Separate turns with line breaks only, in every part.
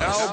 Now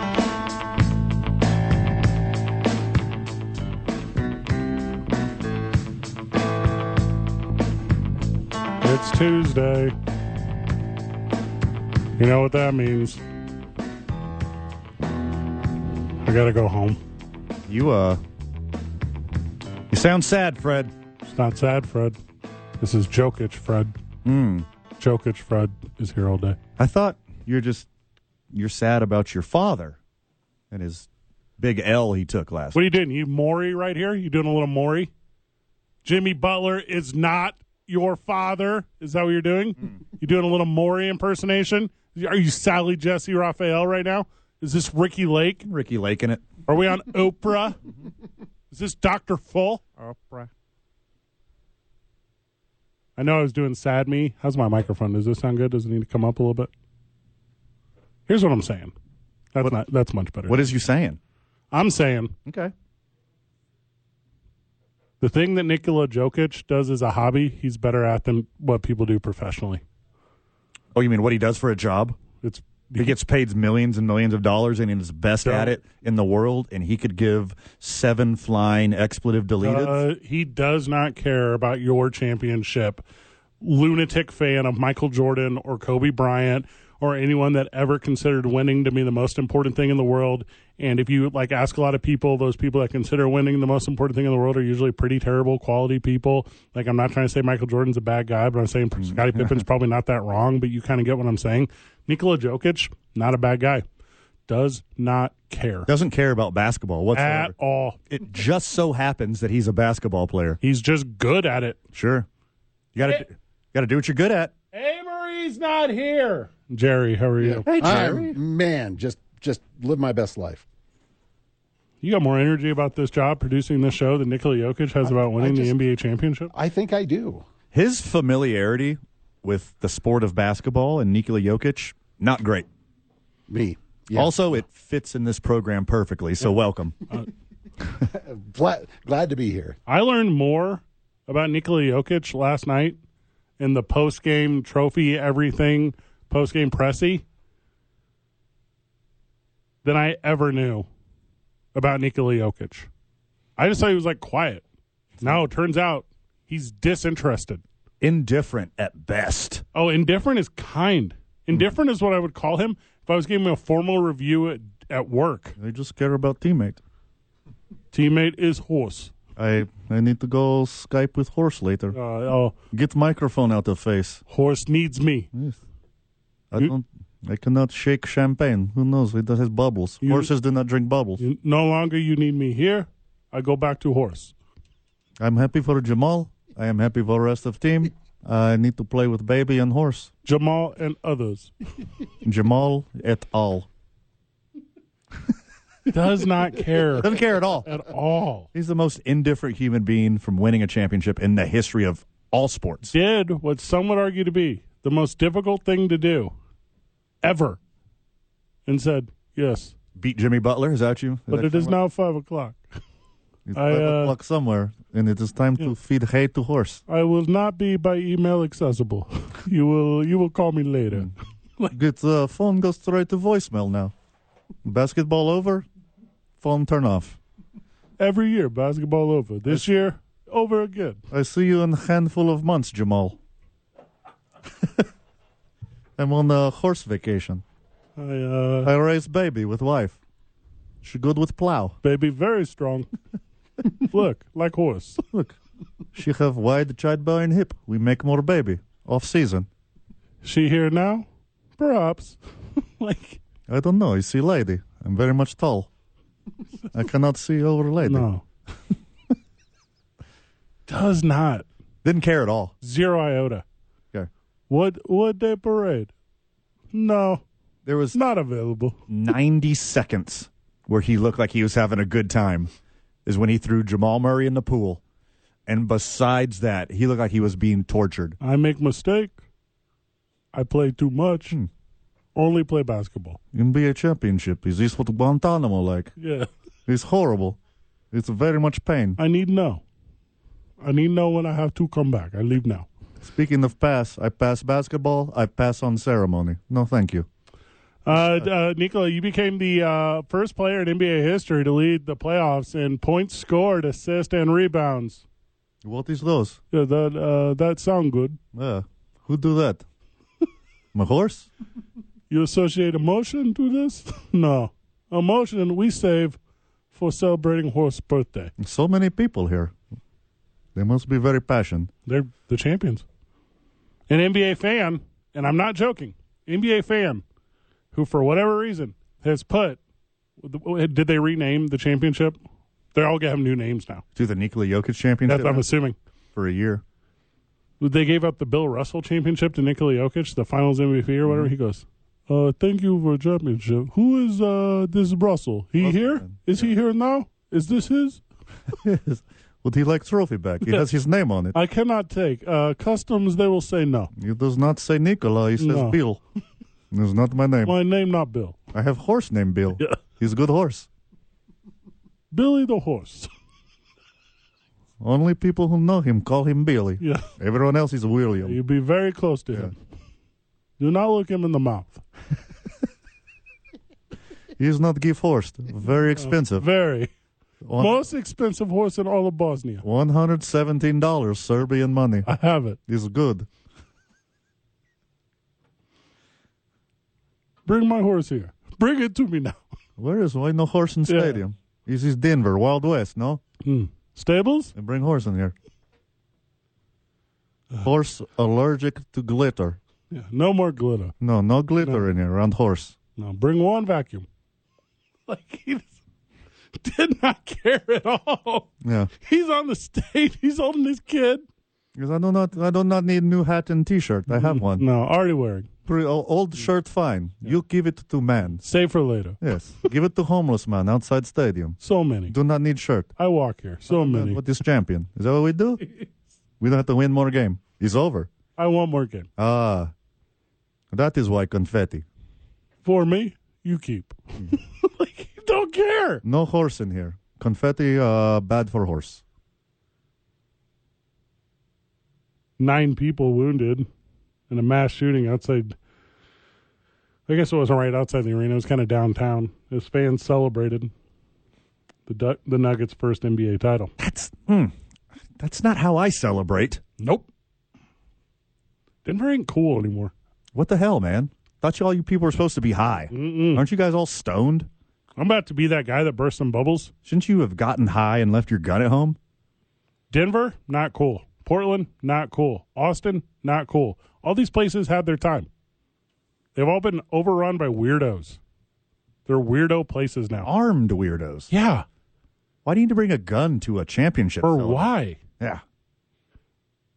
It's Tuesday. You know what that means. I gotta go home.
You uh, you sound sad, Fred.
It's not sad, Fred. This is Jokic, Fred. Jokic, Fred is here all day.
I thought you're just you're sad about your father and his big L he took last.
What are you doing? You Maury right here? You doing a little Maury? Jimmy Butler is not your father. Is that what you're doing?
Hmm.
You doing a little Maury impersonation? Are you Sally Jesse Raphael right now? Is this Ricky Lake?
Ricky Lake in it.
Are we on Oprah? Is this Dr. Full? Oprah. I know I was doing sad me. How's my microphone? Does this sound good? Does it need to come up a little bit? Here's what I'm saying. That's not that's much better.
What is you saying?
I'm saying
Okay.
the thing that Nikola Jokic does as a hobby, he's better at than what people do professionally.
Oh, you mean what he does for a job?
It's
He gets paid millions and millions of dollars and is best
Does-
at it in the world, and he could give seven flying expletive deleted.
Uh, he does not care about your championship. Lunatic fan of Michael Jordan or Kobe Bryant or anyone that ever considered winning to be the most important thing in the world. And if you like ask a lot of people, those people that consider winning the most important thing in the world are usually pretty terrible quality people. Like I'm not trying to say Michael Jordan's a bad guy, but I'm saying Scottie Pippen's probably not that wrong. But you kind of get what I'm saying. Nikola Jokic, not a bad guy, does not care
Doesn't care about basketball
at
whatsoever.
all.
It just so happens that he's a basketball player.
He's just good at it.
Sure. You gotta
Hey.
do- gotta do what you're good at.
Amory's not here. Jerry, how are you?
I'm, Um, man, just just live my best life.
You got more energy about this job producing this show than Nikola Jokic has about winning
just-
the NBA championship.
I think I do.
His familiarity with the sport of basketball and Nikola Jokic, not great.
Me. Yeah.
Also, it fits in this program perfectly, so welcome.
glad, glad to be here.
I learned more about Nikola Jokic last night in the post game trophy everything post game pressy than I ever knew about Nikola Jokic. I just thought he was like quiet. Now it turns out he's disinterested.
Indifferent at best.
Oh, indifferent is kind. Indifferent is what I would call him if I was giving him a formal review at, at work.
They just care about teammate.
Teammate is horse.
I I need to go Skype with horse later.
Uh, oh,
Get microphone out of face.
horse needs me.
I don't. I cannot shake champagne. Who knows? It has bubbles. Horses do not drink bubbles.
You- no longer you need me here. I go back to horse.
I'm happy for Jamal. I am happy for the rest of team. I need to play with baby and horse.
Jamal and others
Jamal et al.
does not care
Doesn't care at all.
at all.
He's the most indifferent human being from winning a championship in the history of all sports.
Did what some would argue to be the most difficult thing to do ever and said, yes,
Beat Jimmy Butler. Is that you?
but it is now five o'clock.
It's
I,
five
uh,
o'clock somewhere, and it is time to feed hay to horse.
I will not be by email accessible. You will you will call me later.
Get uh, phone goes straight to voicemail now. Basketball over, phone turn off.
Every year, basketball over. This year, over again.
I see you in a handful of months, Jamal. I'm on a horse vacation.
I uh,
I raise baby with wife. She good with plow.
baby, very strong. Look, like horse.
Look, she have wide childbearing hip. We make more baby off season.
She here now? Perhaps. like
I don't know. You see, lady, I'm very much tall. I cannot see over lady.
no. Does not
Didn't care at all.
zero iota.
Okay.
What what day parade? No,
There was
not available.
90 seconds where he looked like he was having a good time is when he threw Jamal Murray in the pool. And besides that, he looked like he was being tortured.
I make mistake. I play too much. Only play basketball.
NBA championship. Is this what Guantanamo like?
Yeah.
It's horrible. It's very much pain.
I need no. I need no when I have to come back. I leave now.
Speaking of pass, I pass basketball. I pass on ceremony. No, thank you.
Uh, d- uh, Nicola, you became the uh, first player in NBA history to lead the playoffs in points scored, assist, and rebounds.
What is those?
Yeah, that uh, that sound good.
Uh, who do that? My horse?
You associate emotion to this? no, emotion we save for celebrating horse birthday.
So many people here. They must be very passionate.
They're the champions. An NBA fan, and I'm not joking, NBA fan who, for whatever reason, has put. Did they rename the championship? They all have new names now.
To the Nikola Jokic championship
That's what I'm assuming.
for a year.
They gave up the Bill Russell championship to Nikola Jokic, the Finals MVP or whatever. He goes, uh, "Thank you for championship. Who is uh, this Russell? He here? Is he here now? Is this his?
Would he like trophy back? He has his name on it.
I cannot take uh, customs. They will say no.
He does not say Nikola. He says
No.
Bill. It's not my name.
My name, not Bill.
I have horse named Bill. He's a good horse.
Billy the horse.
Only people who know him call him Billy.
yeah,
Everyone else is William.
you be very close to him. Do not look him in the mouth.
He's not gift horsed. Very expensive.
Very
One-
most expensive horse in all of Bosnia.
$117 Serbian money.
I have it.
Is good.
Bring my horse here. Bring it to me now.
Where is why no horse in
Yeah.
stadium? This is Denver, Wild West, no?
Stables?
They bring horse in here. Horse allergic to glitter.
Yeah, no more glitter.
No, no glitter in here around horse.
No, bring one vacuum. Like he just did not care at all.
Yeah.
He's on the stage. He's holding his kid.
Because I do not I do not need new hat and t shirt. I
Mm-hmm.
have one.
No, already wearing.
Pre- o- old shirt fine. You give it to man.
Save for later.
Yes. give it to homeless man outside stadium.
So many.
Do not need shirt.
I walk here. So many.
What is champion? Is that what we do? we don't have to win more game. It's over.
I want more game.
Ah. That is why confetti.
For me, you keep.
Mm.
like he don't care.
No horse in here. Confetti uh bad for horse.
Nine people wounded in a mass shooting outside. I guess it wasn't right outside the arena. It was kind of downtown. His fans celebrated the Duck, the Nuggets' first NBA title.
hmm. That's not how I celebrate.
Nope. Denver ain't cool anymore.
What the hell, man? Thought you all you people were supposed to be high. Aren't you guys all stoned?
I'm about to be that guy that bursts some bubbles.
Shouldn't you have gotten high and left your gun at home?
Denver, not cool. Portland, not cool. Austin, not cool. All these places have their time. They've all been overrun by weirdos. They're weirdo places now.
Armed weirdos.
Yeah.
Why do you need to bring a gun to a championship?
Or
celebration?
why?
Yeah.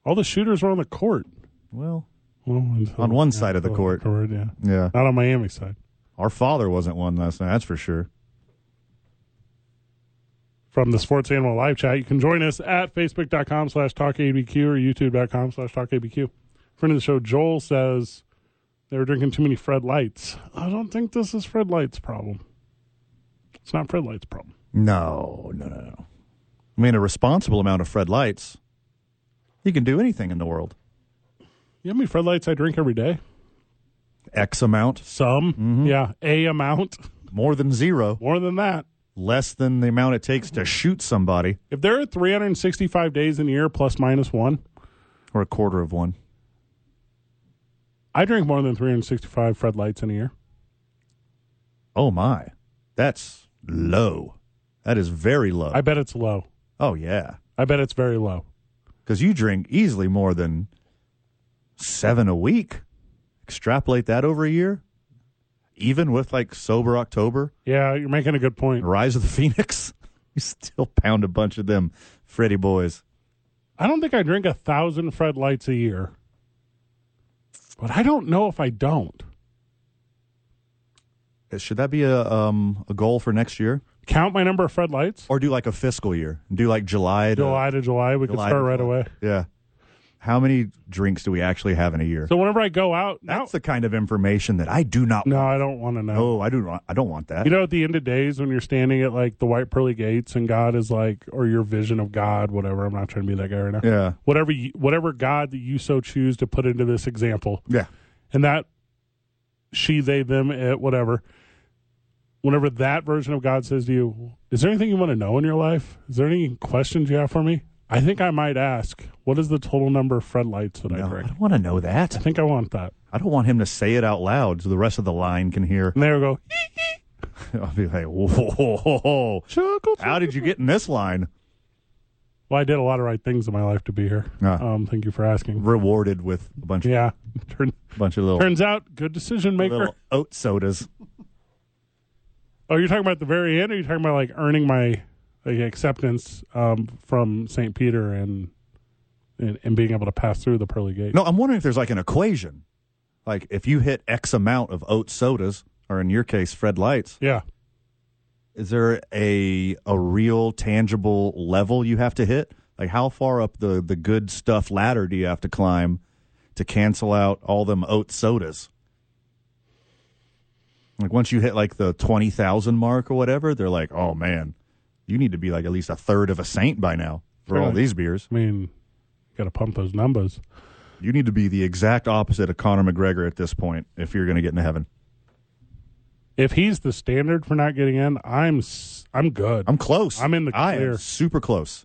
All the shooters were on the court.
Well,
Well, until-
On one
yeah,
side of the
until
court.
yeah.
yeah.
Not on Miami side.
Our father wasn't one last night, that's for sure.
from the Sports Animal live chat. You can join us at facebook.com slash talkabq or youtube.com slash talkabq. Friend of the show, Joel, says they were drinking too many Fred Lights. I don't think this is Fred Light's problem. It's not Fred Light's problem.
No, no, no, no. I mean, a responsible amount of Fred Lights. You can do anything in the world.
You know how many Fred Lights I drink every day?
X amount,
Some. Yeah. A amount.
more than zero,
More than that.
less than the amount it takes to shoot somebody,
If there are 365 days in a year plus minus one,
or a quarter of one.
I drink more than 365 Fred Lights in a year.
Oh, my. That's low. That is very low.
I bet it's low.
oh, yeah.
I bet it's very low.
Because you drink easily more than seven a week. Extrapolate that over a year, even with like sober October.
Yeah, you're making a good point.
Rise of the Phoenix. You still pound a bunch of them Freddy boys.
I don't think I drink a thousand Fred Lights a year, but I don't know if I don't.
Uh, Should that be a um, a goal for next year,
Count my number of Fred Lights.
or do like a fiscal year? Do like July to
July to July, we could
July
start
to
right
July.
away.
Yeah. How many drinks do we actually have in a year?
So whenever I go out, now,
That's the kind of information that I do not.
no,
want.
I don't want to know.
Oh, I do not. I don't want that.
You know, at the end of days, when you're standing at like the white pearly gates, and God is like, or your vision of God, whatever. I'm not trying to be that guy right now.
Yeah.
Whatever, you, whatever God that you so choose to put into this example,
yeah.
and that she, they, them, it, whatever. Whenever that version of God says to you, "Is there anything you want to know in your life? Is there any questions you have for me?" I think I might ask, "What is the total number of Fred lights that
No,
I
I
drink?"
don't want to know
I
that.
think I want that.
I don't want him to say it out loud so the rest of the line can hear.
And they would go,
I'll be like, whoa, whoa, whoa, whoa.
"Chuckle."
How did you get in this line?
Well, I did a lot of right things in my life to be here.
Ah.
Um, thank you for asking.
Rewarded with a bunch of
Yeah. Turn,
bunch of little,
turns out, good decision maker.
little oat sodas.
Oh, you're talking about the very end, or you're talking about like earning my like, acceptance um, from St. Peter and, and and being able to pass through the pearly gate?
No, I'm wondering if there's like an equation. Like if you hit X amount of oat sodas, or in your case, Fred Lights,
Yeah.
is there a a real tangible level you have to hit? Like how far up the the good stuff ladder do you have to climb to cancel out all them oat sodas? Like once you hit like the twenty thousand mark or whatever, they're like, oh man, you need to be like at least a third of a saint by now for all
Right.
these beers.
I mean, got to pump those numbers.
You need to be the exact opposite of Conor McGregor at this point if you're going to get into heaven.
If he's the standard for not getting in, I'm s- I'm good.
I'm close.
I'm in the
I
clear.
am super close,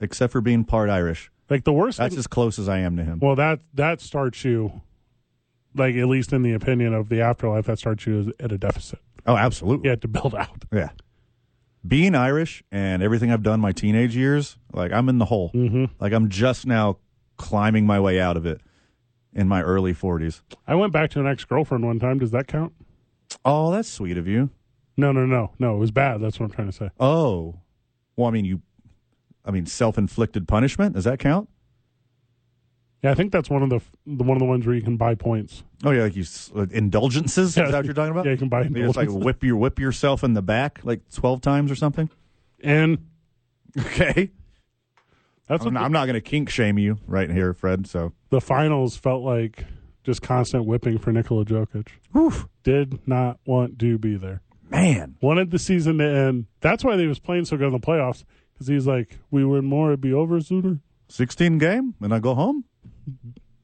except for being part Irish.
like the worst.
That's
thing,
as close as I am to him.
well, that that starts you, like at least in the opinion of the afterlife, that starts you as- at a deficit.
Oh, absolutely.
You have to build out.
Yeah. Being Irish and everything I've done my teenage years, like I'm in the hole. Mm-hmm. Like I'm just now climbing my way out of it in my early 40s.
I went back to an ex girlfriend one time. Does that count?
Oh, that's sweet of you.
No, no, no, no. It was bad. That's what I'm trying to say.
Oh. Well, I mean, you, I mean, self inflicted punishment. Does that count?
Yeah, I think that's one of the, the one of the ones where you can buy points.
Oh yeah, like you s- uh, indulgences. Is
Yeah.
that what you're talking about?
Yeah, you can buy
You just like
indulgences.
whip your whip yourself in the back like twelve times or something.
And
Okay,
that's what
I'm not,
the,
Oh, I'm not going to kink shame you right here, Fred. So,
the finals felt like just constant whipping for Nikola Jokic.
Whew,
Did not want to be there.
man,
Wanted the season to end. That's why they was playing so good in the playoffs because he's like, we win more, it'd be over sooner.
sixteen game, and I go home.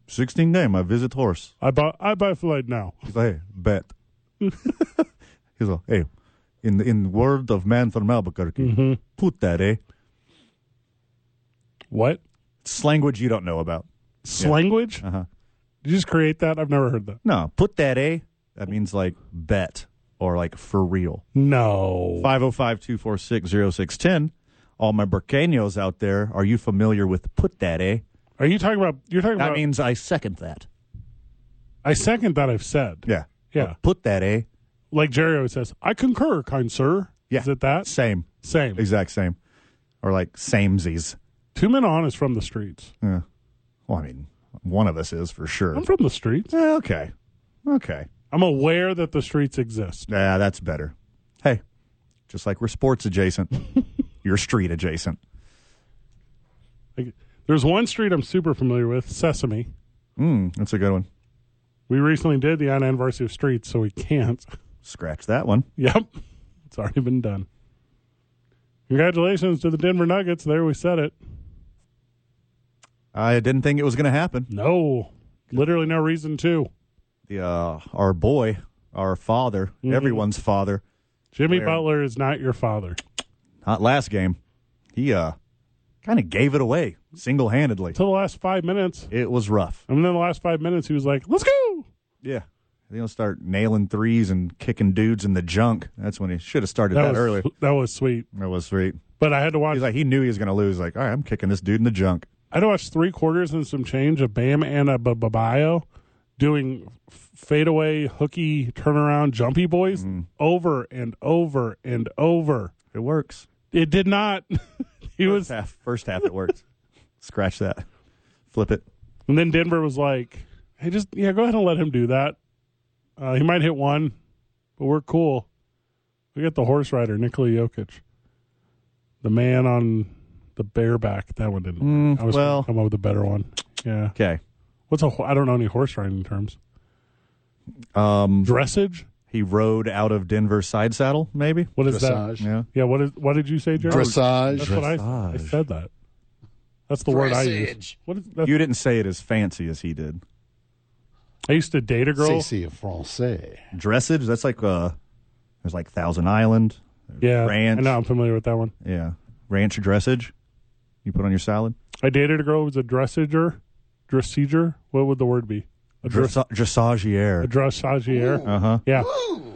Sixteen game, I visit horse.
I buy I buy flight now.
He's like, hey, bet. He's like, hey, in in word of man from Albuquerque, put that eh.
What
It's language you don't know about.
slanguage?
Uh-huh.
Did you just create that? I've never heard that.
No, put that eh. That means like bet or like for real.
No.
505-246-0610. All my Burqueños out there, are you familiar with put that, eh?
Are you talking about? You're talking
That
about.
means I second that.
I second that. I've said.
Yeah.
Yeah.
Put that, eh?
Like Jerry always says, I concur, kind sir.
Yeah.
Is it that?
Same.
Same.
Exact same. Or like samesies.
Two men on is from the streets.
Yeah. Well, I mean, one of us is for sure.
I'm from the streets.
Yeah, okay. Okay.
I'm aware that the streets exist.
Yeah, that's better. Hey, just like we're sports adjacent, you're street adjacent.
Like, there's one street I'm super familiar with, Sesame.
Mm, that's a good one.
We recently did the on anniversary of streets, so we can't.
Scratch that one.
Yep. It's already been done. Congratulations to the Denver Nuggets. There we said it.
I didn't think it was going to happen.
No. Literally no reason to.
the uh, our boy, our father,
Mm-hmm.
everyone's father.
Jimmy
Where?
Butler is not your father.
Not last game, he uh, kind of gave it away single handedly.
Till the last five minutes.
It was rough.
And then the last five minutes he was like, Let's go.
Yeah, they'll start nailing threes and kicking dudes in the junk. That's when he should have started that,
was
earlier.
that was sweet.
That was sweet.
But I had to watch
He's like he knew he was going to lose. Like, all right, I'm kicking this dude in the junk.
I'd watch three quarters and some change of Bam and a Babayo doing f- fadeaway, hooky, turnaround, jumpy boys over and over and over.
It works.
It did not. he was,
Half first half it works. Scratch that. Flip it.
and then Denver was like, "Hey, just yeah, go ahead and let him do that. Uh, he might hit one, but we're cool. We got the horse rider, Nikola Jokic, the man on the bareback. That one didn't. work. I was gonna
well-
come up with a better one. Yeah.
Okay.
What's a? ho- I don't know any horse riding terms. Um, dressage.
He rode out of Denver side saddle, maybe?
What is
Dressage.
that?
Yeah.
Yeah. What is? What did you say, Jared?
Dressage.
That's what I, I
Dressage.
said. That. That's the word I use. What is that?
You didn't say it as fancy as he did.
I used to date a girl.
CC of Francais.
Dressage, that's like uh there's like Thousand Island.
Yeah.
Ranch.
I know. I'm familiar with that one.
Yeah. Ranch dressage you put on your salad.
I dated a girl who was a dressager. Dressager. What would the word be? A dress.
Dressa-
A
dressagier.
dressagier.
Uh-huh.
Yeah.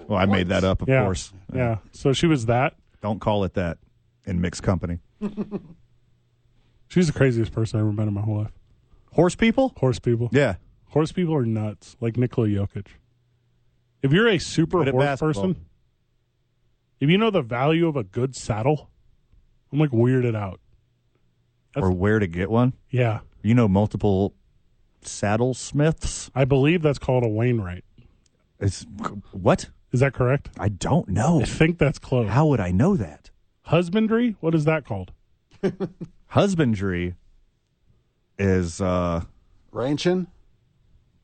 Well, I made that up, of
Yeah.
course.
Yeah. So she was that.
Don't call it that in mixed company.
She's the craziest person I ever met in my whole life.
Horse people?
Horse people.
Yeah.
Horse people are nuts, like Nikola Jokic. If you're a super
Good at
horse
basketball.
person, if you know the value of a good saddle, I'm like weirded out. That's-
or where to get one.
Yeah.
You know multiple saddle smiths?
I believe that's called a Wainwright.
It's what?
Is that correct?
I don't know.
I think that's close.
How would I know that?
Husbandry? What is that called?
Husbandry is uh
Ranching?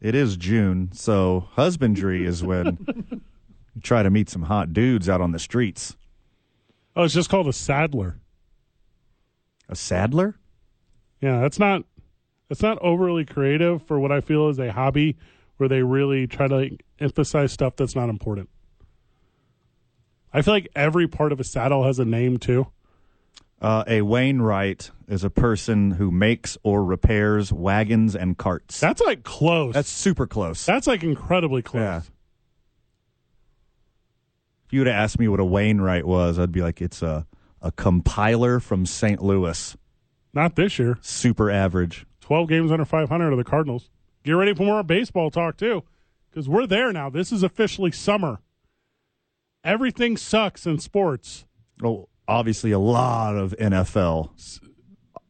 It is June, so husbandry is when you try to meet some hot dudes out on the streets.
Oh, it's just called a saddler.
A saddler?
Yeah, that's not that's not overly creative for what I feel is a hobby where they really try to like, emphasize stuff that's not important. I feel like every part of a saddle has a name too.
Uh, a Wainwright is a person who makes or repairs wagons and carts.
That's like close.
That's super close.
that's like incredibly close.
Yeah. if you would have asked me what a Wainwright was, I'd be like, it's a, a compiler from St. Louis.
Not this year.
Super average.
Twelve games under five hundred are the Cardinals. Get ready for more baseball talk too, because we're there now. This is officially summer. Everything sucks in sports.
Well, Oh, obviously, a lot of NFL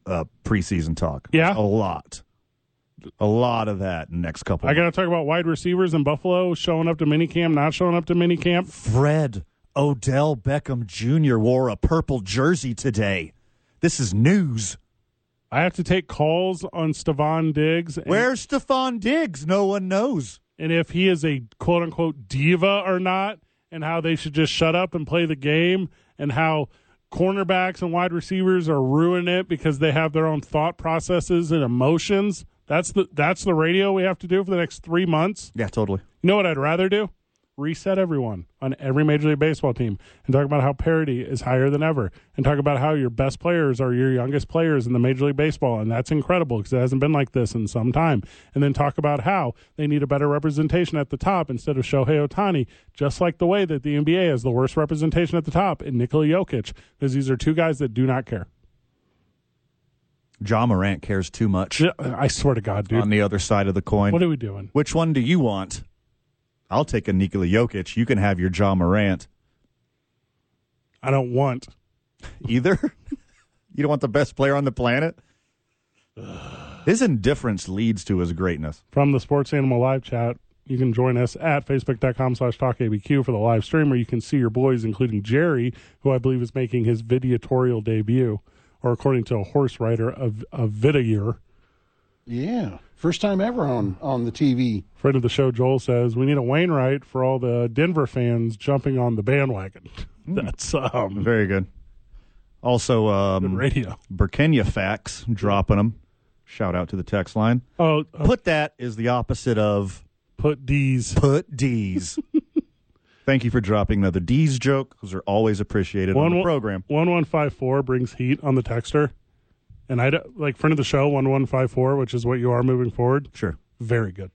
uh, preseason talk.
Yeah.
A lot. A lot of that in the next couple
I got to talk about wide receivers in Buffalo showing up to minicamp, not showing up to minicamp.
Fred Odell Beckham Jr. wore a purple jersey today. This is news.
I have to take calls on Stevan Diggs. And,
Where's Stephon Diggs? No one knows.
And if he is a quote unquote diva or not, and how they should just shut up and play the game, and how cornerbacks and wide receivers are ruining it because they have their own thought processes and emotions. That's the that's the radio we have to do for the next three months.
Yeah, totally.
You know what I'd rather do? Reset everyone on every Major League Baseball team and talk about how parity is higher than ever and talk about how your best players are your youngest players in the Major League Baseball. And that's incredible because it hasn't been like this in some time. And then talk about how they need a better representation at the top instead of Shohei Otani, just like the way that the NBA has the worst representation at the top in Nikola Jokic because these are two guys that do not care.
John Morant cares too much.
J- I swear to God, dude.
On the other side of the coin,
What are we doing?
which one do you want? I'll take a Nikola Jokic. You can have your John Morant.
I don't want.
Either you don't want the best player on the planet. His indifference leads to his greatness.
from the Sports Animal live chat. You can join us at facebook.com slash talkabq for the live stream where you can see your boys, including Jerry, who I believe is making his videotorial debut, or according to a horse writer, a, a videoer.
Yeah. First time ever on, on the TV.
Friend of the show, Joel says, We need a Wainwright for all the Denver fans jumping on the bandwagon.
Hmm.
That's um,
Very good. Also, um,
radio.
Burkina facts, dropping them. Shout out to the text line.
Oh, uh,
Put that is the opposite of
put D's.
put D's. Thank you for dropping another D's joke. Those are always appreciated on the program.
1154 brings heat on the texter. And I, don't- like, friend of the show, 1154, which is what you are moving forward.
Sure.
Very good.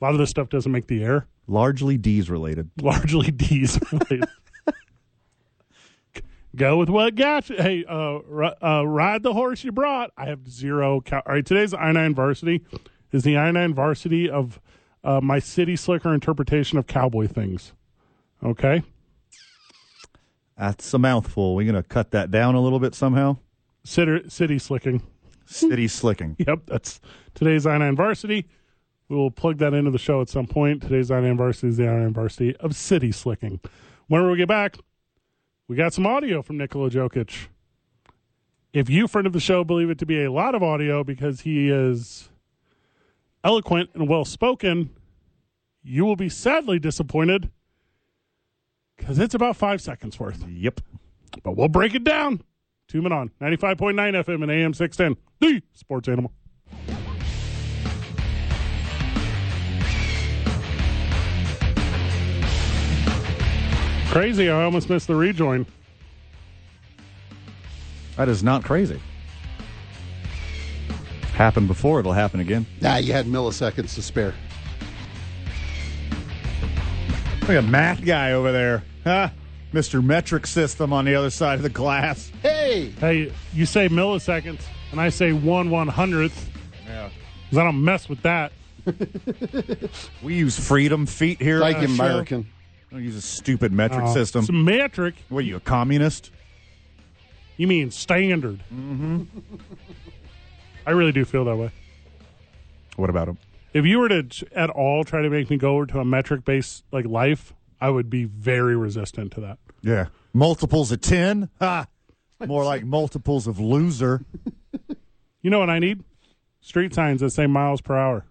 A lot of this stuff doesn't make the air.
Largely D's related.
Largely D's. related. Go with what got you. Hey, uh, ri- uh, ride the horse you brought. I have zero. Cow- All right, today's I nine varsity is the I nine varsity of uh, my city slicker interpretation of cowboy things. Okay,
That's a mouthful. We're going to cut that down a little bit somehow.
city, city slicking.
City slicking.
Yep, that's today's I nine varsity. We will plug that into the show at some point. Today's I nine varsity is the I nine varsity of city slicking. Whenever we get back, we got some audio from Nikola Jokic. If you, friend of the show, believe it to be a lot of audio because he is eloquent and well spoken, you will be sadly disappointed because it's about five seconds worth.
Yep.
But we'll break it down. Two men on 95.9 FM and AM 610, the sports animal. Crazy, I almost missed the rejoin.
That is not crazy. Happened before, it'll happen again.
Nah, you had milliseconds to spare.
Look at math guy over there. Huh? Mr. Metric System on the other side of the glass.
Hey,
Hey, you say milliseconds, and I say one one hundredth.
Yeah.
'cause I don't mess with that.
We use freedom feet here.
like
on the show.
American.
We don't use a stupid metric
Uh,
system.
It's a metric.
What are you, a communist?
You mean standard? Mm-hmm. I really do feel that way.
What about him?
If you were to ch- at all try to make me go over to a metric based like life, I would be very resistant to that.
Yeah. Multiples of 10? Ha! More like multiples of loser.
You know what I need? Street signs that say miles per hour.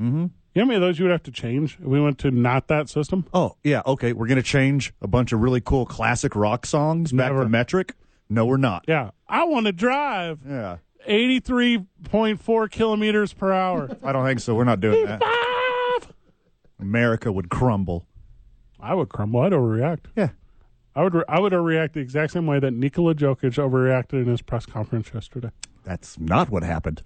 Mm-hmm. You know how many of those you would have to change if we went to not that system?
Oh, yeah. Okay. We're going to change a bunch of really cool classic rock songs back
Never.
to metric. No, we're not.
Yeah. I want to drive
Yeah.
83.4 kilometers per hour.
I don't think so. We're not doing that.
Five!
America would crumble.
I would crumble. I'd overreact.
Yeah.
I would, re- I would overreact the exact same way that Nikola Jokic overreacted in his press conference yesterday.
That's not what happened.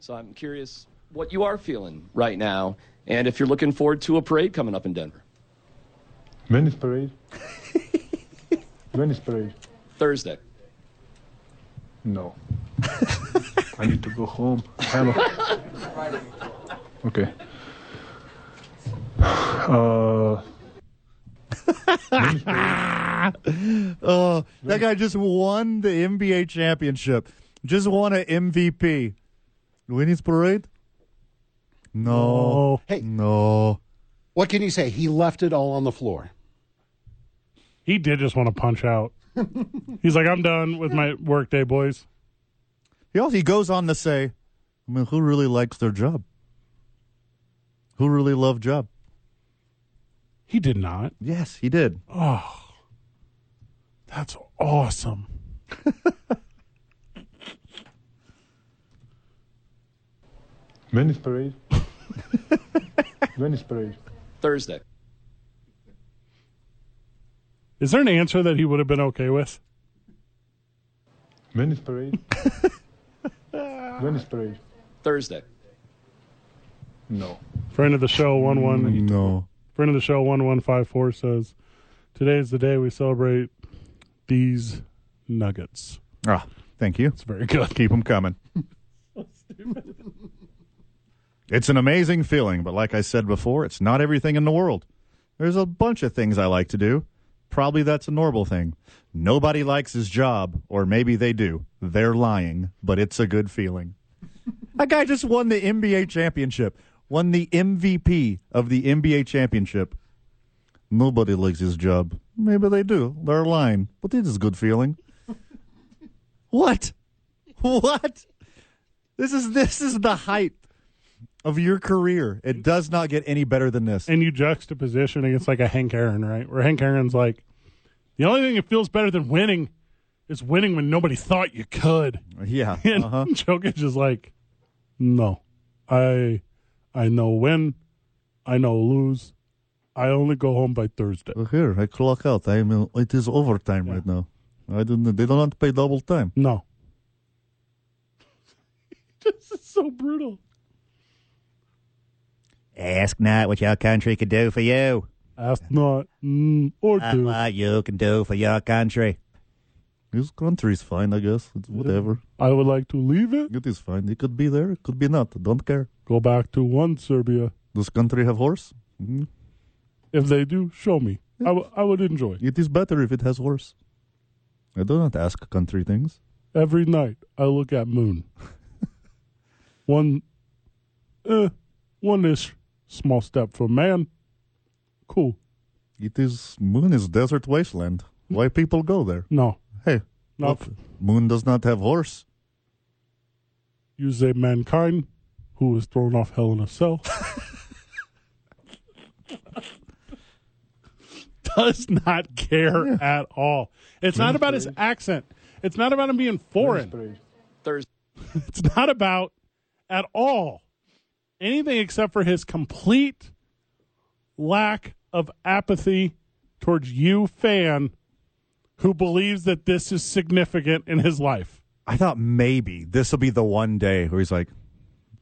So I'm curious what you are feeling right now and if you're looking forward to a parade coming up in Denver.
Venice Parade. Venice Parade.
Thursday.
No. I need to go home. Hello. Okay. Uh,
Oh, that guy just won the NBA championship. Just won an MVP. Winnie's parade? No.
Hey.
No.
What can you say? He left it all on the floor.
He did just want to punch out. He's like, I'm done with my workday, boys.
He also he goes on to say, I mean, who really likes their job? Who really loved job?
He did not.
Yes, he did.
That's awesome.
Venice Parade. Venice Parade.
Thursday.
Is there an answer that he would have been okay with?
Venice Parade. Venice Parade.
Thursday.
No.
Friend of the show, one one.
No.
Friend of the show, one one five four says, "Today is the day we celebrate these nuggets."
Ah, thank you.
It's very good.
Keep them coming. it's an amazing feeling, but like I said before, it's not everything in the world. There's a bunch of things I like to do. Probably that's a normal thing. Nobody likes his job, or maybe they do. They're lying, but it's a good feeling. that guy just won the NBA championship, won the MVP of the NBA championship. Nobody likes his job. Maybe they do. They're lying, but it is a good feeling. What? What? This is this is the height of your career. It does not get any better than this.
And you juxtaposition against like a Hank Aaron, right? Where Hank Aaron's like, "The only thing that feels better than winning is winning when nobody thought you could."
Yeah. uh-huh.
And Jokic is like, no, I, I know when, I know lose, I only go home by Thursday.
Here, I clock out. I mean, it is overtime right now. I don't. They don't want to pay double time.
No. this is so brutal.
Ask not what your country can do for you.
Ask not mm, or
Ah,
do.
you can do for your country. This country's fine, I guess. It's whatever.
I would like to leave it.
It is fine. It could be there. It could be not. I don't care.
Go back to one Serbia.
Does country have horse?
If they do, show me. I, w- I would enjoy
It is better if it has horse. I do not ask country things.
every night. I look at moon. one, eh, one ish small step for man. Cool.
It is moon is desert wasteland. Why people go there?
No,
Hey,
Nope.
look, moon does not have horse.
You say mankind. who was thrown off Hell in a Cell, does not care at all. It's not about his accent. It's not about him being foreign.
Parade.
Thursday.
It's not about at all anything except for his complete lack of apathy towards you, fan, who believes that this is significant in his life.
I thought maybe this will be the one day where he's like,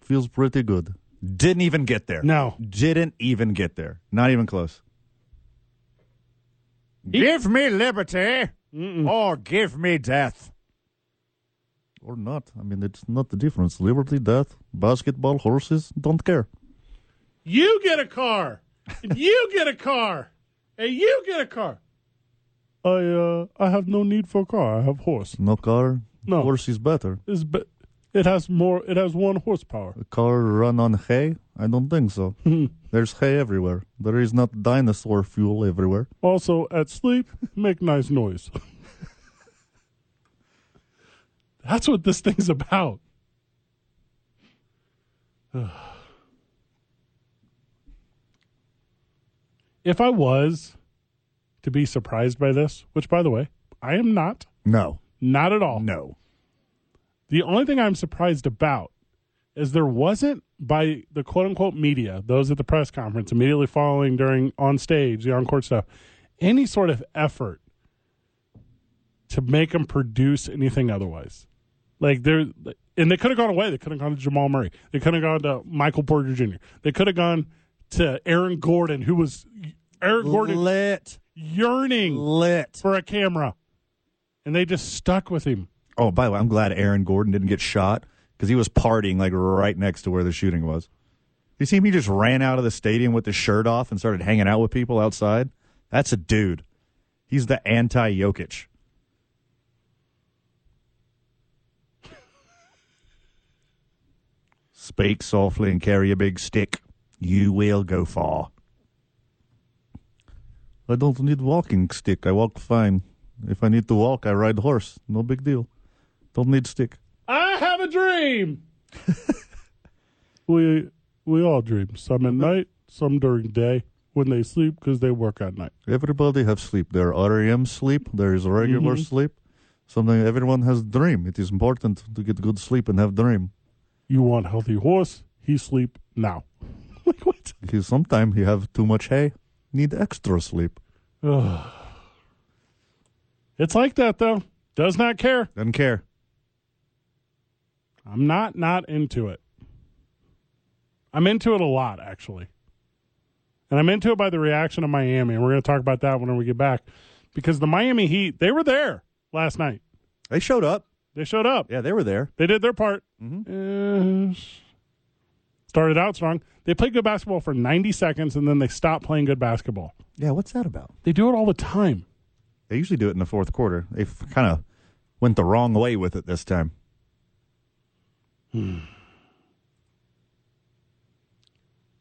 feels pretty good. Didn't even get there.
No.
Didn't even get there. Not even close. Give me liberty or give me death. Or not. I mean, it's not the difference. Liberty, death, basketball, horses, don't care.
You get a car. And you get a car. And you get a car. I uh, I have no need for a car. I have horse.
No car,
No.
horse is better.
It's be- it has more. It has one horsepower.
A car run on hay? I don't think so. There's hay everywhere. There is not dinosaur fuel everywhere.
Also, at sleep, make nice noise. That's what this thing's about. if I was to be surprised by this, which, by the way, I am not,
No.
not at all.
No.
The only thing I'm surprised about is there wasn't by the quote unquote media, those at the press conference immediately following during on stage, the on court stuff, any sort of effort to make him produce anything otherwise. Like there and they could have gone away. They could have gone to Jamal Murray. They could have gone to Michael Porter Jr. They could have gone to Aaron Gordon, who was Aaron Gordon
Lit.
yearning
Lit.
for a camera. And they just stuck with him.
Oh, by the way, I'm glad Aaron Gordon didn't get shot because he was partying like right next to where the shooting was. You see him? He just ran out of the stadium with his shirt off and started hanging out with people outside. That's a dude. He's the anti Jokic. Speak softly and carry a big stick. You will go far. I don't need walking stick. I walk fine. If I need to walk, I ride horse. No big deal. Don't need stick.
I have a dream. we we all dream. Some at night, some during day when they sleep because they work at night.
Everybody have sleep. There are REM sleep. There is regular sleep. Something everyone has dream. It is important to get good sleep and have dream.
You want healthy horse? He sleep now. like what?
Because sometimes you have too much hay, need extra sleep.
It's like that though. Does not care.
Doesn't care.
I'm not not into it. I'm into it a lot actually. And I'm into it by the reaction of Miami. And we're going to talk about that whenever we get back because the Miami Heat, they were there last night.
They showed up.
They showed up.
Yeah, they were there.
They did their part. Uh, started out strong. They played good basketball for 90 seconds and then they stopped playing good basketball.
Yeah, what's that about?
They do it all the time.
They usually do it in the fourth quarter. They kind of went the wrong way with it this time.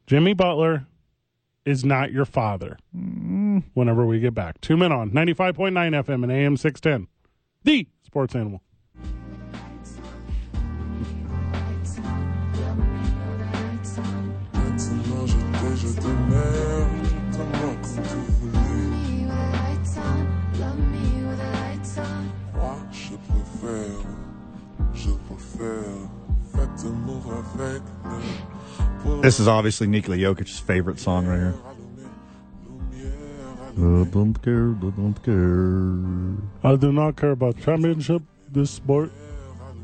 Jimmy Butler is not your father. Whenever we get back, two men on 95.9 FM and AM 610. The sports animal.
Moi, je préfère, je préfère, faites-moi avec le pour
This is obviously Nikola Jokic's favorite song right here.
allumer, lumière
I
allumée.
don't care, I don't care.
I do not care about championship. This sport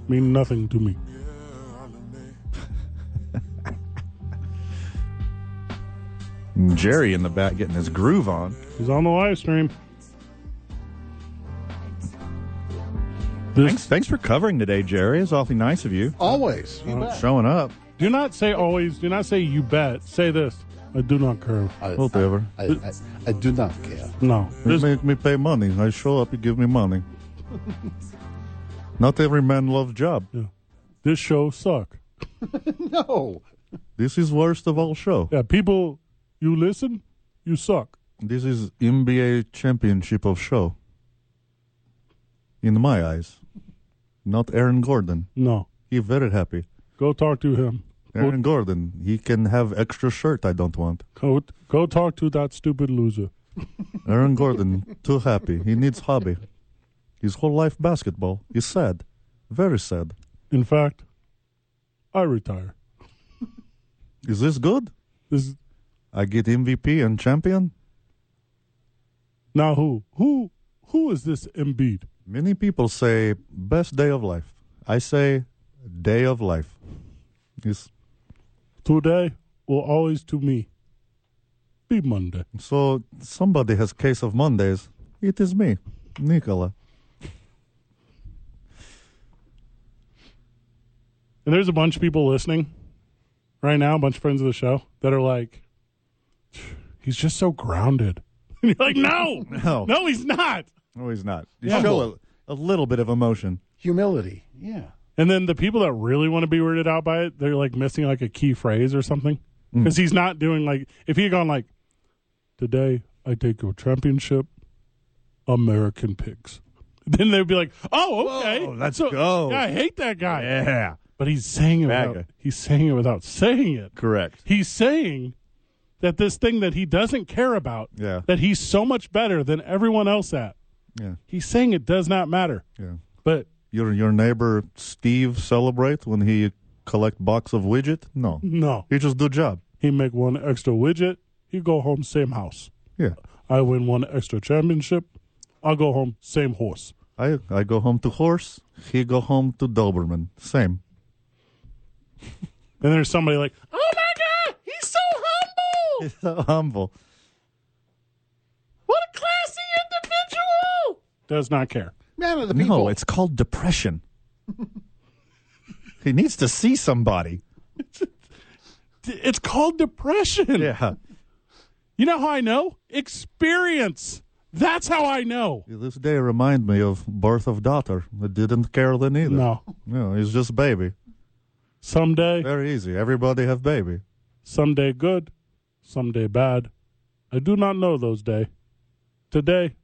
mean nothing to me.
Jerry in the back getting his groove on.
He's on the live stream.
Thanks, thanks for covering today, Jerry. It's awfully nice of you
Always.
Oh,
You bet.
showing up.
Do not say always. Do not say you bet. Say this. I do not care.
I,
Whatever.
I, I, I do not care.
No.
You
This-
make me pay money. I show up, you give me money. Not every man loves job.
this show suck.
No.
This is worst of all show.
Yeah, people, you listen, you suck.
This is NBA championship of show. In my eyes. Not Aaron Gordon.
No,
He very happy.
go talk to him.
Aaron Gordon, he can have extra shirt I don't want.
Go, go talk to that stupid loser.
Aaron Gordon, too happy. He needs hobby. His whole life basketball. He's sad. Very sad.
In fact, I retire.
Is this good?
This
I get MVP and champion?
now who who who is this Embiid?
Many people say best day of life. I say day of life. It's,
Today will always to me be Monday.
so somebody has case of Mondays. It is me, Nicola.
And there's a bunch of people listening right now, a bunch of friends of the show that are like, he's just so grounded. And you're like, no,
No.
no, he's not.
No, he's not. You show a, a little bit of emotion.
Humility. Yeah.
And then the people that really want to be weirded out by it, they're like missing like a key phrase or something.
Mm.
Because he's not doing like, if he had gone like, today I take your championship, American pigs. Then they'd be like, oh, okay.
Whoa, let's go.
Yeah, I hate that guy.
Yeah.
But he's saying it
Bad
without,
guy.
he's saying it without saying it.
Correct.
He's saying that this thing that he doesn't care about,
Yeah.
that he's so much better than everyone else at,
Yeah.
he's saying it does not matter.
Yeah.
But
Your your neighbor Steve celebrate when he collect box of widget? No.
no,
He just do job.
he make one extra widget, he go home same house.
Yeah.
I win one extra championship, I'll go home same horse.
I I go home to horse, he go home to Doberman. Same.
And there's somebody like, oh my God, he's so humble.
So humble.
What a classy individual. Does not care.
Man of the people.
No, it's called depression. he needs to see somebody.
D- It's called depression.
Yeah.
You know how I know? Experience. That's how I know.
This day remind me of birth of daughter. I didn't care then either.
No.
No, it's just baby.
Someday,
Very easy. Everybody have baby.
someday good, someday bad. I do not know those day. Today,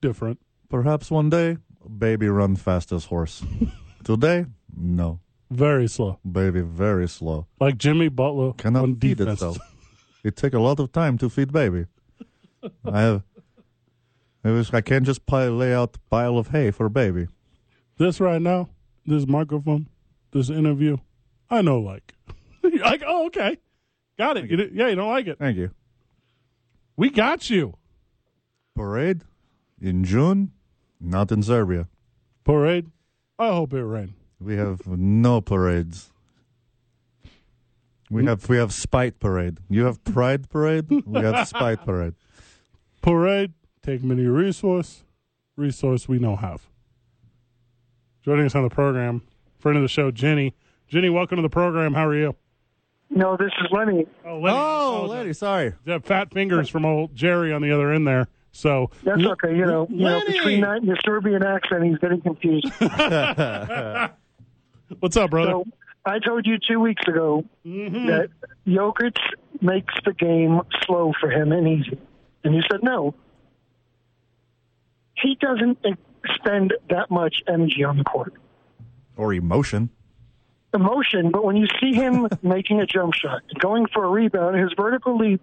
different.
Perhaps one day, baby run fast as horse. Today, no.
Very slow.
Baby very slow.
Like Jimmy Butler
Cannot
on
feed
defense.
itself. It take a lot of time to feed baby. I have. I wish I can just pile, lay out pile of hay for baby.
This right now, this microphone, this interview, I know like. You're like, oh, okay. Got it. You di- yeah, you don't like it.
Thank you.
We got you.
Parade in June, not in Serbia.
Parade, I hope it rain.
We have no parades.
Mm.
We have we have spite parade. You have pride parade. We have spite parade.
Parade, take many resource, resource we know have. Joining us on the program, friend of the show, Jenny. Jenny, welcome to the program. How are you?
No, this is Lenny.
Oh,
Oh, lady, sorry.
The fat fingers from old Jerry on the other end there. So
That's okay. You know, you know
Lenny!
between that and your Serbian accent, he's getting confused.
what's up, brother?
so I told you two weeks ago that Jokic makes the game slow for him and easy. And you said no. He doesn't expend that much energy on the court.
Or emotion.
Emotion, but when you see him making a jump shot, going for a rebound, his vertical leap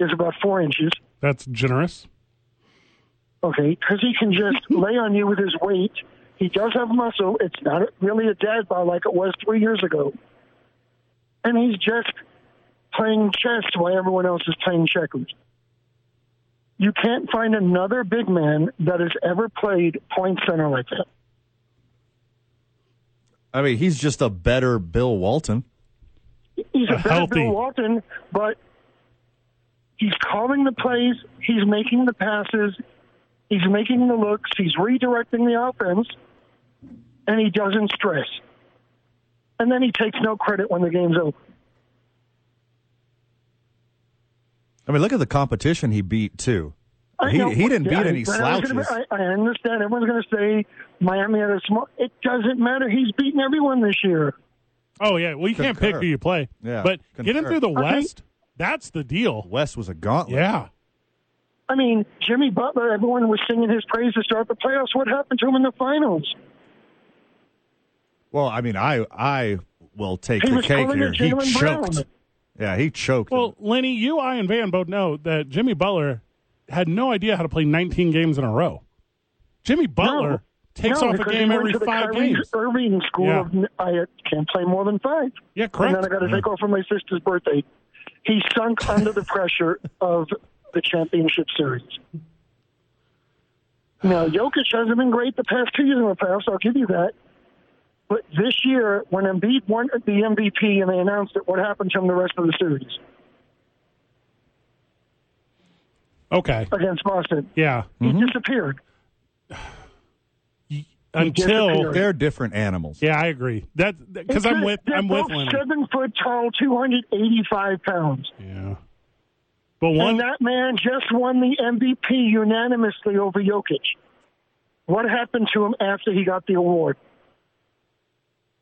is about four inches.
That's generous.
Okay, because he can just lay on you with his weight. He does have muscle. It's not really a dad bod like it was three years ago. And he's just playing chess while everyone else is playing checkers. You can't find another big man that has ever played point center like that.
I mean, he's just a better Bill Walton.
He's a better
Healthy.
Bill Walton, but he's calling the plays. He's making the passes. He's making the looks. He's redirecting the offense, and he doesn't stress. And then he takes no credit when the game's over.
I mean, look at the competition he beat too.
I
He,
know-
he didn't
yeah,
beat any
but I was gonna-
slouches.
I, I understand. Everyone's going to say Miami had a small. It doesn't matter. He's beaten everyone this year.
Oh yeah, well you can't pick
Concur.
who you play.
Yeah,
but getting
concur.
through the
Okay.
West, that's the deal.
West was a gauntlet.
Yeah,
I mean, Jimmy Butler. Everyone was singing his praise to start the playoffs. What happened to him in the finals?
Well, I mean, I I will take
He
the
was
cake
calling
here.
it
He
Jaylen
choked.
Brown.
Yeah, he choked.
Well, Lenny, you, I, and Van both know that Jimmy Butler had no idea how to play 19 games in a row. Jimmy Butler takes
no,
off a
because he
game
went
every
to the
five
Kyrie
games.
Irving school.
Yeah.
Of, I uh, can't play more than five.
Yeah, correct. Mm-hmm.
And then I got to
Yeah.
take off for my sister's birthday. He sunk under the pressure of the championship series. Now, Jokic hasn't been great the past two years in the playoffs. I'll give you that. But this year, when Embiid won the MVP and they announced it, what happened to him the rest of the series
Mm-hmm.
Okay.
against Boston?
Yeah.
He disappeared.
Until
disappeared.
They're different animals.
yeah, I agree. That because I'm with
They're
I'm with
both
Lenny.
seven foot tall, two hundred eighty five pounds.
Yeah. But one
and that man just won the MVP unanimously over Jokic. What happened to him after he got the award?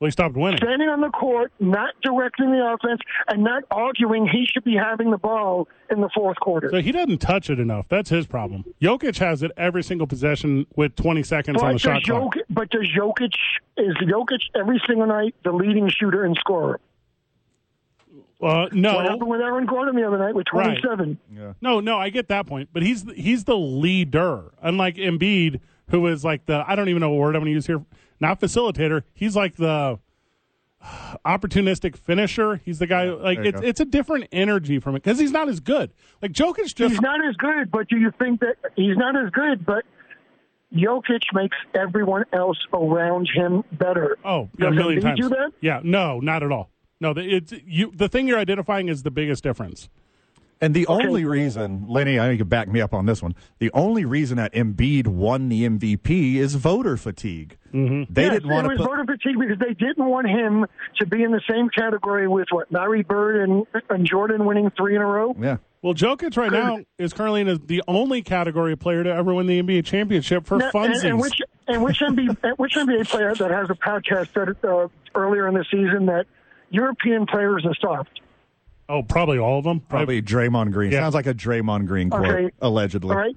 well, he stopped winning.
Standing on the court, not directing the offense, and not arguing he should be having the ball in the fourth quarter.
So he doesn't touch it enough. That's his problem. Jokic has it every single possession with 20 seconds on
but,
the
does
shot clock.
Oh, Jokic, but does Jokic is Jokic every single night the leading shooter and scorer?
Uh, no,
What happened with Aaron Gordon the other night with
Right.
twenty seven?
No, no, I get that point, but he's he's the leader. Unlike Embiid, who is like the I don't even know what word I'm going to use here, not facilitator. He's like the opportunistic finisher. He's the guy like
there you
it's
go.
it's a different energy from it because he's not as good. Like Jokic just
He's not as good, but do you think that he's not as good? But Jokic makes everyone else around him better.
oh yeah, a
Does
million
Embiid
times.
do that?
Yeah, no, not at all. No, the- it's you. The thing you're identifying is the biggest difference.
And the only reason, Lenny, I know you can back me up on this one. The only reason that Embiid won the MVP is voter fatigue. They
Yes,
didn't want
it
to
Mm-hmm. was
put.
voter fatigue because they didn't want him to be in the same category with what Larry Bird and, and Jordan winning three in a row.
yeah,
Well, Jokic right now is currently in a, the only category player to ever win the NBA championship for
Now,
funsies.
And, and which and which NBA and which NBA player that has a podcast that uh, earlier in the season that European players are soft.
oh, probably all of them.
probably Draymond Green.
Yeah.
Sounds like a Draymond Green quote,
Okay.
allegedly.
All right,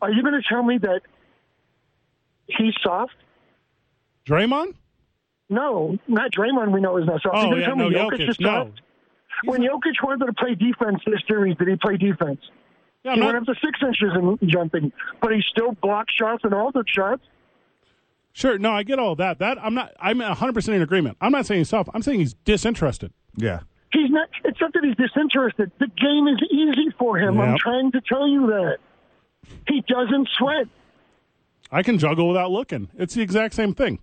are you going to tell me that he's soft?
Draymond?
No, not Draymond. We know is not soft.
Oh,
you going
yeah,
to tell
no,
me Jokic,
Jokic,
is
no.
soft? When Jokic wanted to play defense this series, did he play defense?
Yeah, I'm
He
not-
went up to six inches in jumping, but he still blocked shots and altered shots.
sure. No, I get all that. That I'm not. I'm 100 percent in agreement. I'm not saying he's soft. I'm saying he's disinterested.
Yeah.
He's not. It's not that he's disinterested. The game is easy for him. I'm
Yep.
trying to tell you that he doesn't sweat.
I can juggle without looking. It's the exact same thing.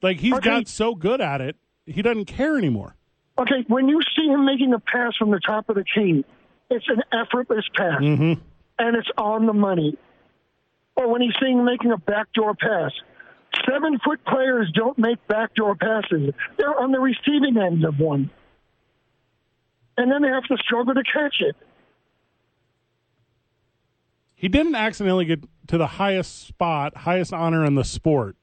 Like he's
Okay.
got so good at it, he doesn't care anymore.
Okay, when you see him making a pass from the top of the key, it's an effortless pass, and it's on the money. Or when he's seeing him making a backdoor pass, seven foot players don't make backdoor passes. They're on the receiving end of one, and then they have to struggle to catch it.
He didn't accidentally get to the highest spot, highest honor in the sport.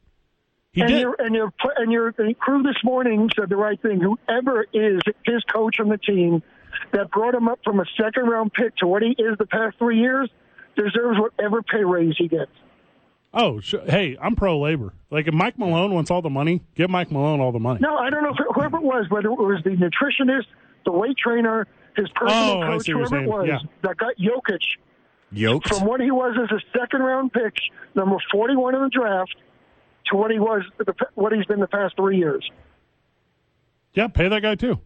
He
and
did.
your and your pl- and your the crew this morning said the right thing. Whoever is his coach on the team that brought him up from a second round pick to what he is the past three years deserves whatever pay raise he gets.
Oh, sh- hey, I'm pro labor. Like if Mike Malone wants all the money, give Mike Malone all the money.
No, I don't know who- whoever it was, whether it was the nutritionist, the weight trainer, his personal
Oh, I
coach,
see what
whoever
you're
it was
saying.
that got Jokic
Yoked.
from what he was as a second round pick, number forty one in the draft, to what he was the, what he's been the past three years.
Yeah, pay that guy too.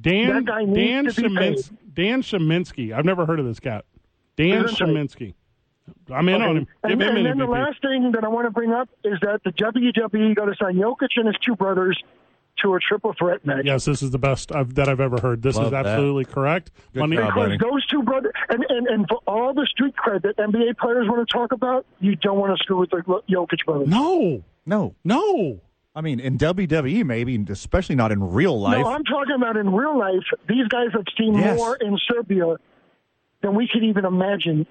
Dan
That guy needs
Dan
to be
Shemins- Dan Sheminsky. I've never heard of this cat. Dan
Isn't he?
Sheminsky. I'm in on him. Give
And,
him
and
an
then the
MVP.
last thing that I want to bring up is that the WWE got to sign Jokic and his two brothers to a triple threat match.
Yes, this is the best I've, that I've ever heard. This
Love
is
that.
absolutely correct.
Good
Money-
job, buddy.
Because those two brothers, and, and, and for all the street cred that NBA players want to talk about, you don't want to screw with the Jokic brothers.
No,
No.
no.
I mean, in WWE, maybe, especially not in real life.
No, I'm talking about in real life. These guys have seen
Yes.
more in Serbia than we could even imagine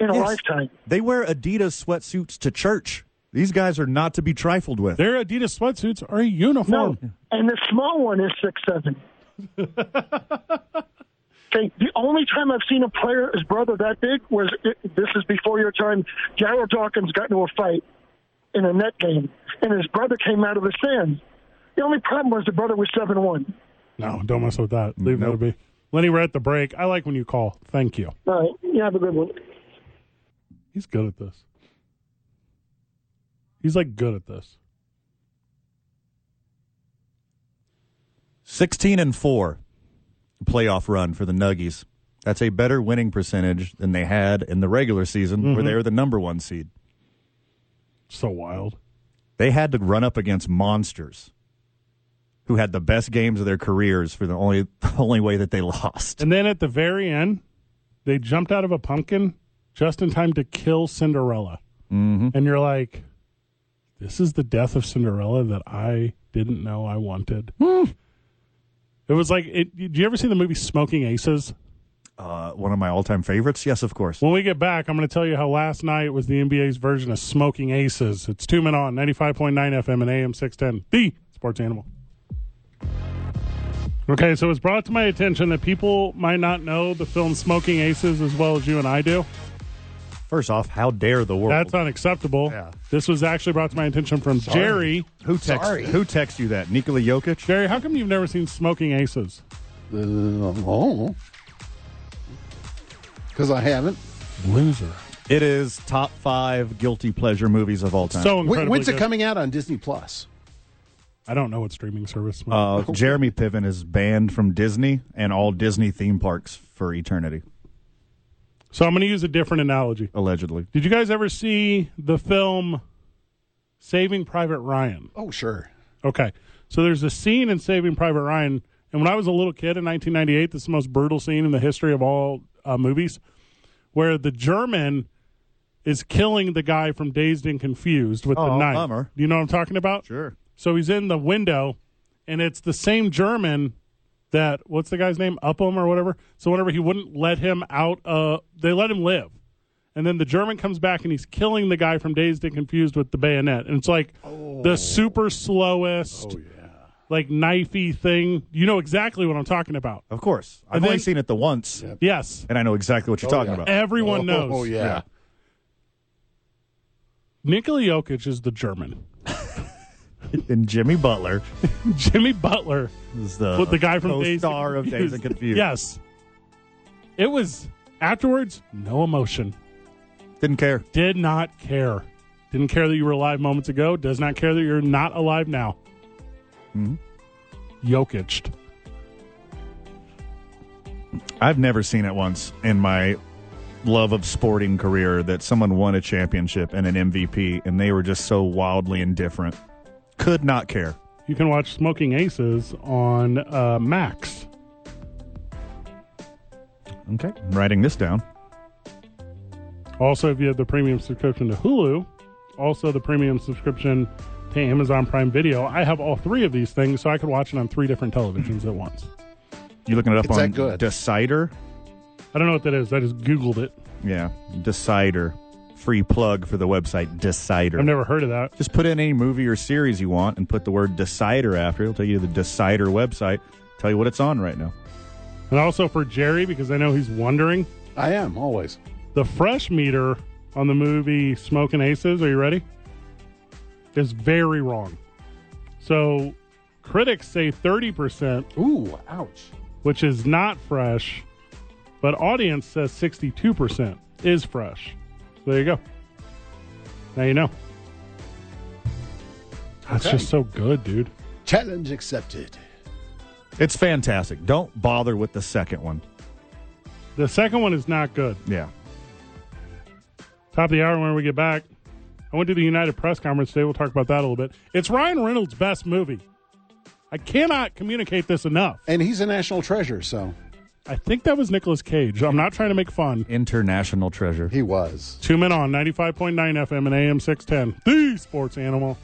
in a
Yes.
lifetime.
They wear Adidas sweatsuits to church. These guys are not to be trifled with.
Their Adidas sweatsuits are a uniform.
No, and the small one is six seven. okay, the only time I've seen a player his brother that big was this is before your time. Gerald Dawkins got into a fight in a net game, and his brother came out of the stands. The only problem was the brother was seven one.
No, don't mess with that. Leave that be. Lenny, we're at the break. I like when you call. Thank you.
All right, you have a good one.
He's good at this. He's like good at this.
16 and 4 playoff run for the Nuggies. That's a better winning percentage than they had in the regular season where
Mhm.
they were the number 1 seed.
So wild.
They had to run up against monsters who had the best games of their careers for the only the only way that they lost.
And then at the very end, they jumped out of a pumpkin just in time to kill Cinderella.
Mhm.
And you're like, this is the death of Cinderella that I didn't know I wanted. It was like, it, did you ever see the movie Smoking Aces?
Uh, one of my all-time favorites. Yes, of course.
When we get back, I'm going to tell you how last night was the NBA's version of Smoking Aces. It's two men on 95.9 FM and AM 610, the sports animal. Okay, so it's brought to my attention that people might not know the film Smoking Aces as well as you and I do.
First off, how dare the world?
That's unacceptable.
Yeah.
This was actually brought to my attention from Jerry.
who text
Sorry.
who text you that? Nikola Jokic?
Jerry, how come you've never seen Smoking Aces?
Oh. Because I haven't.
Loser.
It is top 5 guilty pleasure movies of all time.
So
When,
incredibly
when's it
good.
coming out on Disney Plus?
I don't know what streaming service.
Uh, Jeremy Piven is banned from Disney and all Disney theme parks for eternity,
so I'm going to use a different analogy.
allegedly.
Did you guys ever see the film Saving Private Ryan?
Oh, sure.
Okay. So there's a scene in Saving Private Ryan, and when I was a little kid in 1998, this is the most brutal scene in the history of all uh, movies, where the German is killing the guy from Dazed and Confused with the
Oh,
knife.
bummer.
Do you know what I'm talking about?
Sure.
So he's in the window, and it's the same German that what's the guy's name? Upham or whatever. So whenever he wouldn't let him out, uh, they let him live. And then the German comes back and he's killing the guy from Dazed and Confused with the bayonet. And it's like
Oh.
the super slowest, like knifey thing. You know exactly what I'm talking about.
Of course. I've
And
only
then- Oh,
seen it the once,
Yes.
and I know exactly what you're talking about.
Everyone knows.
Oh, yeah.
Nikola Jokic is the German.
And Jimmy Butler
Jimmy Butler
is the,
But the guy from Dazed and
co-star of Days and Confused.
Yes. It was afterwards, no emotion.
Didn't care.
Did not care. Didn't care that you were alive moments ago. Does not care that you're not alive now.
Hmm?
Mm-hmm. Jokic.
I've never seen it once in my love of sporting career that someone won a championship and an MVP, and they were just so wildly indifferent. Could not care.
You can watch Smoking Aces on uh, Max.
Okay. I'm writing this down.
Also, if you have the premium subscription to Hulu, also the premium subscription to Amazon Prime Video, I have all three of these things, so I could watch it on three different televisions at once.
You looking it up
It's
on
that good.
Decider?
I don't know what that is. I just Googled it.
Yeah, Decider. Free plug for the website Decider.
I've never heard of that.
Just put in any movie or series you want and put the word Decider after. it. It'll take you to the Decider website. Tell you what it's on right now.
And also for Jerry, because I know he's wondering,
I am always.
the fresh meter on the movie Smoking Aces, are you ready? Is very wrong. So critics say 30%,
Ooh, ouch.
which is not fresh, but audience says 62% is fresh. So there you go. Now you know. That's
Okay.
just so good, dude.
Challenge accepted.
It's fantastic. Don't bother with the second one.
The second one is not good.
Yeah.
Top of the hour when we get back. I went to the United press conference today. We'll talk about that a little bit. It's Ryan Reynolds' best movie. I cannot communicate this enough.
And he's a national treasure, so
I think that was Nicolas Cage. I'm not trying to make fun.
International treasure.
he was.
Two men on 95.9 FM and AM 610. The sports animal.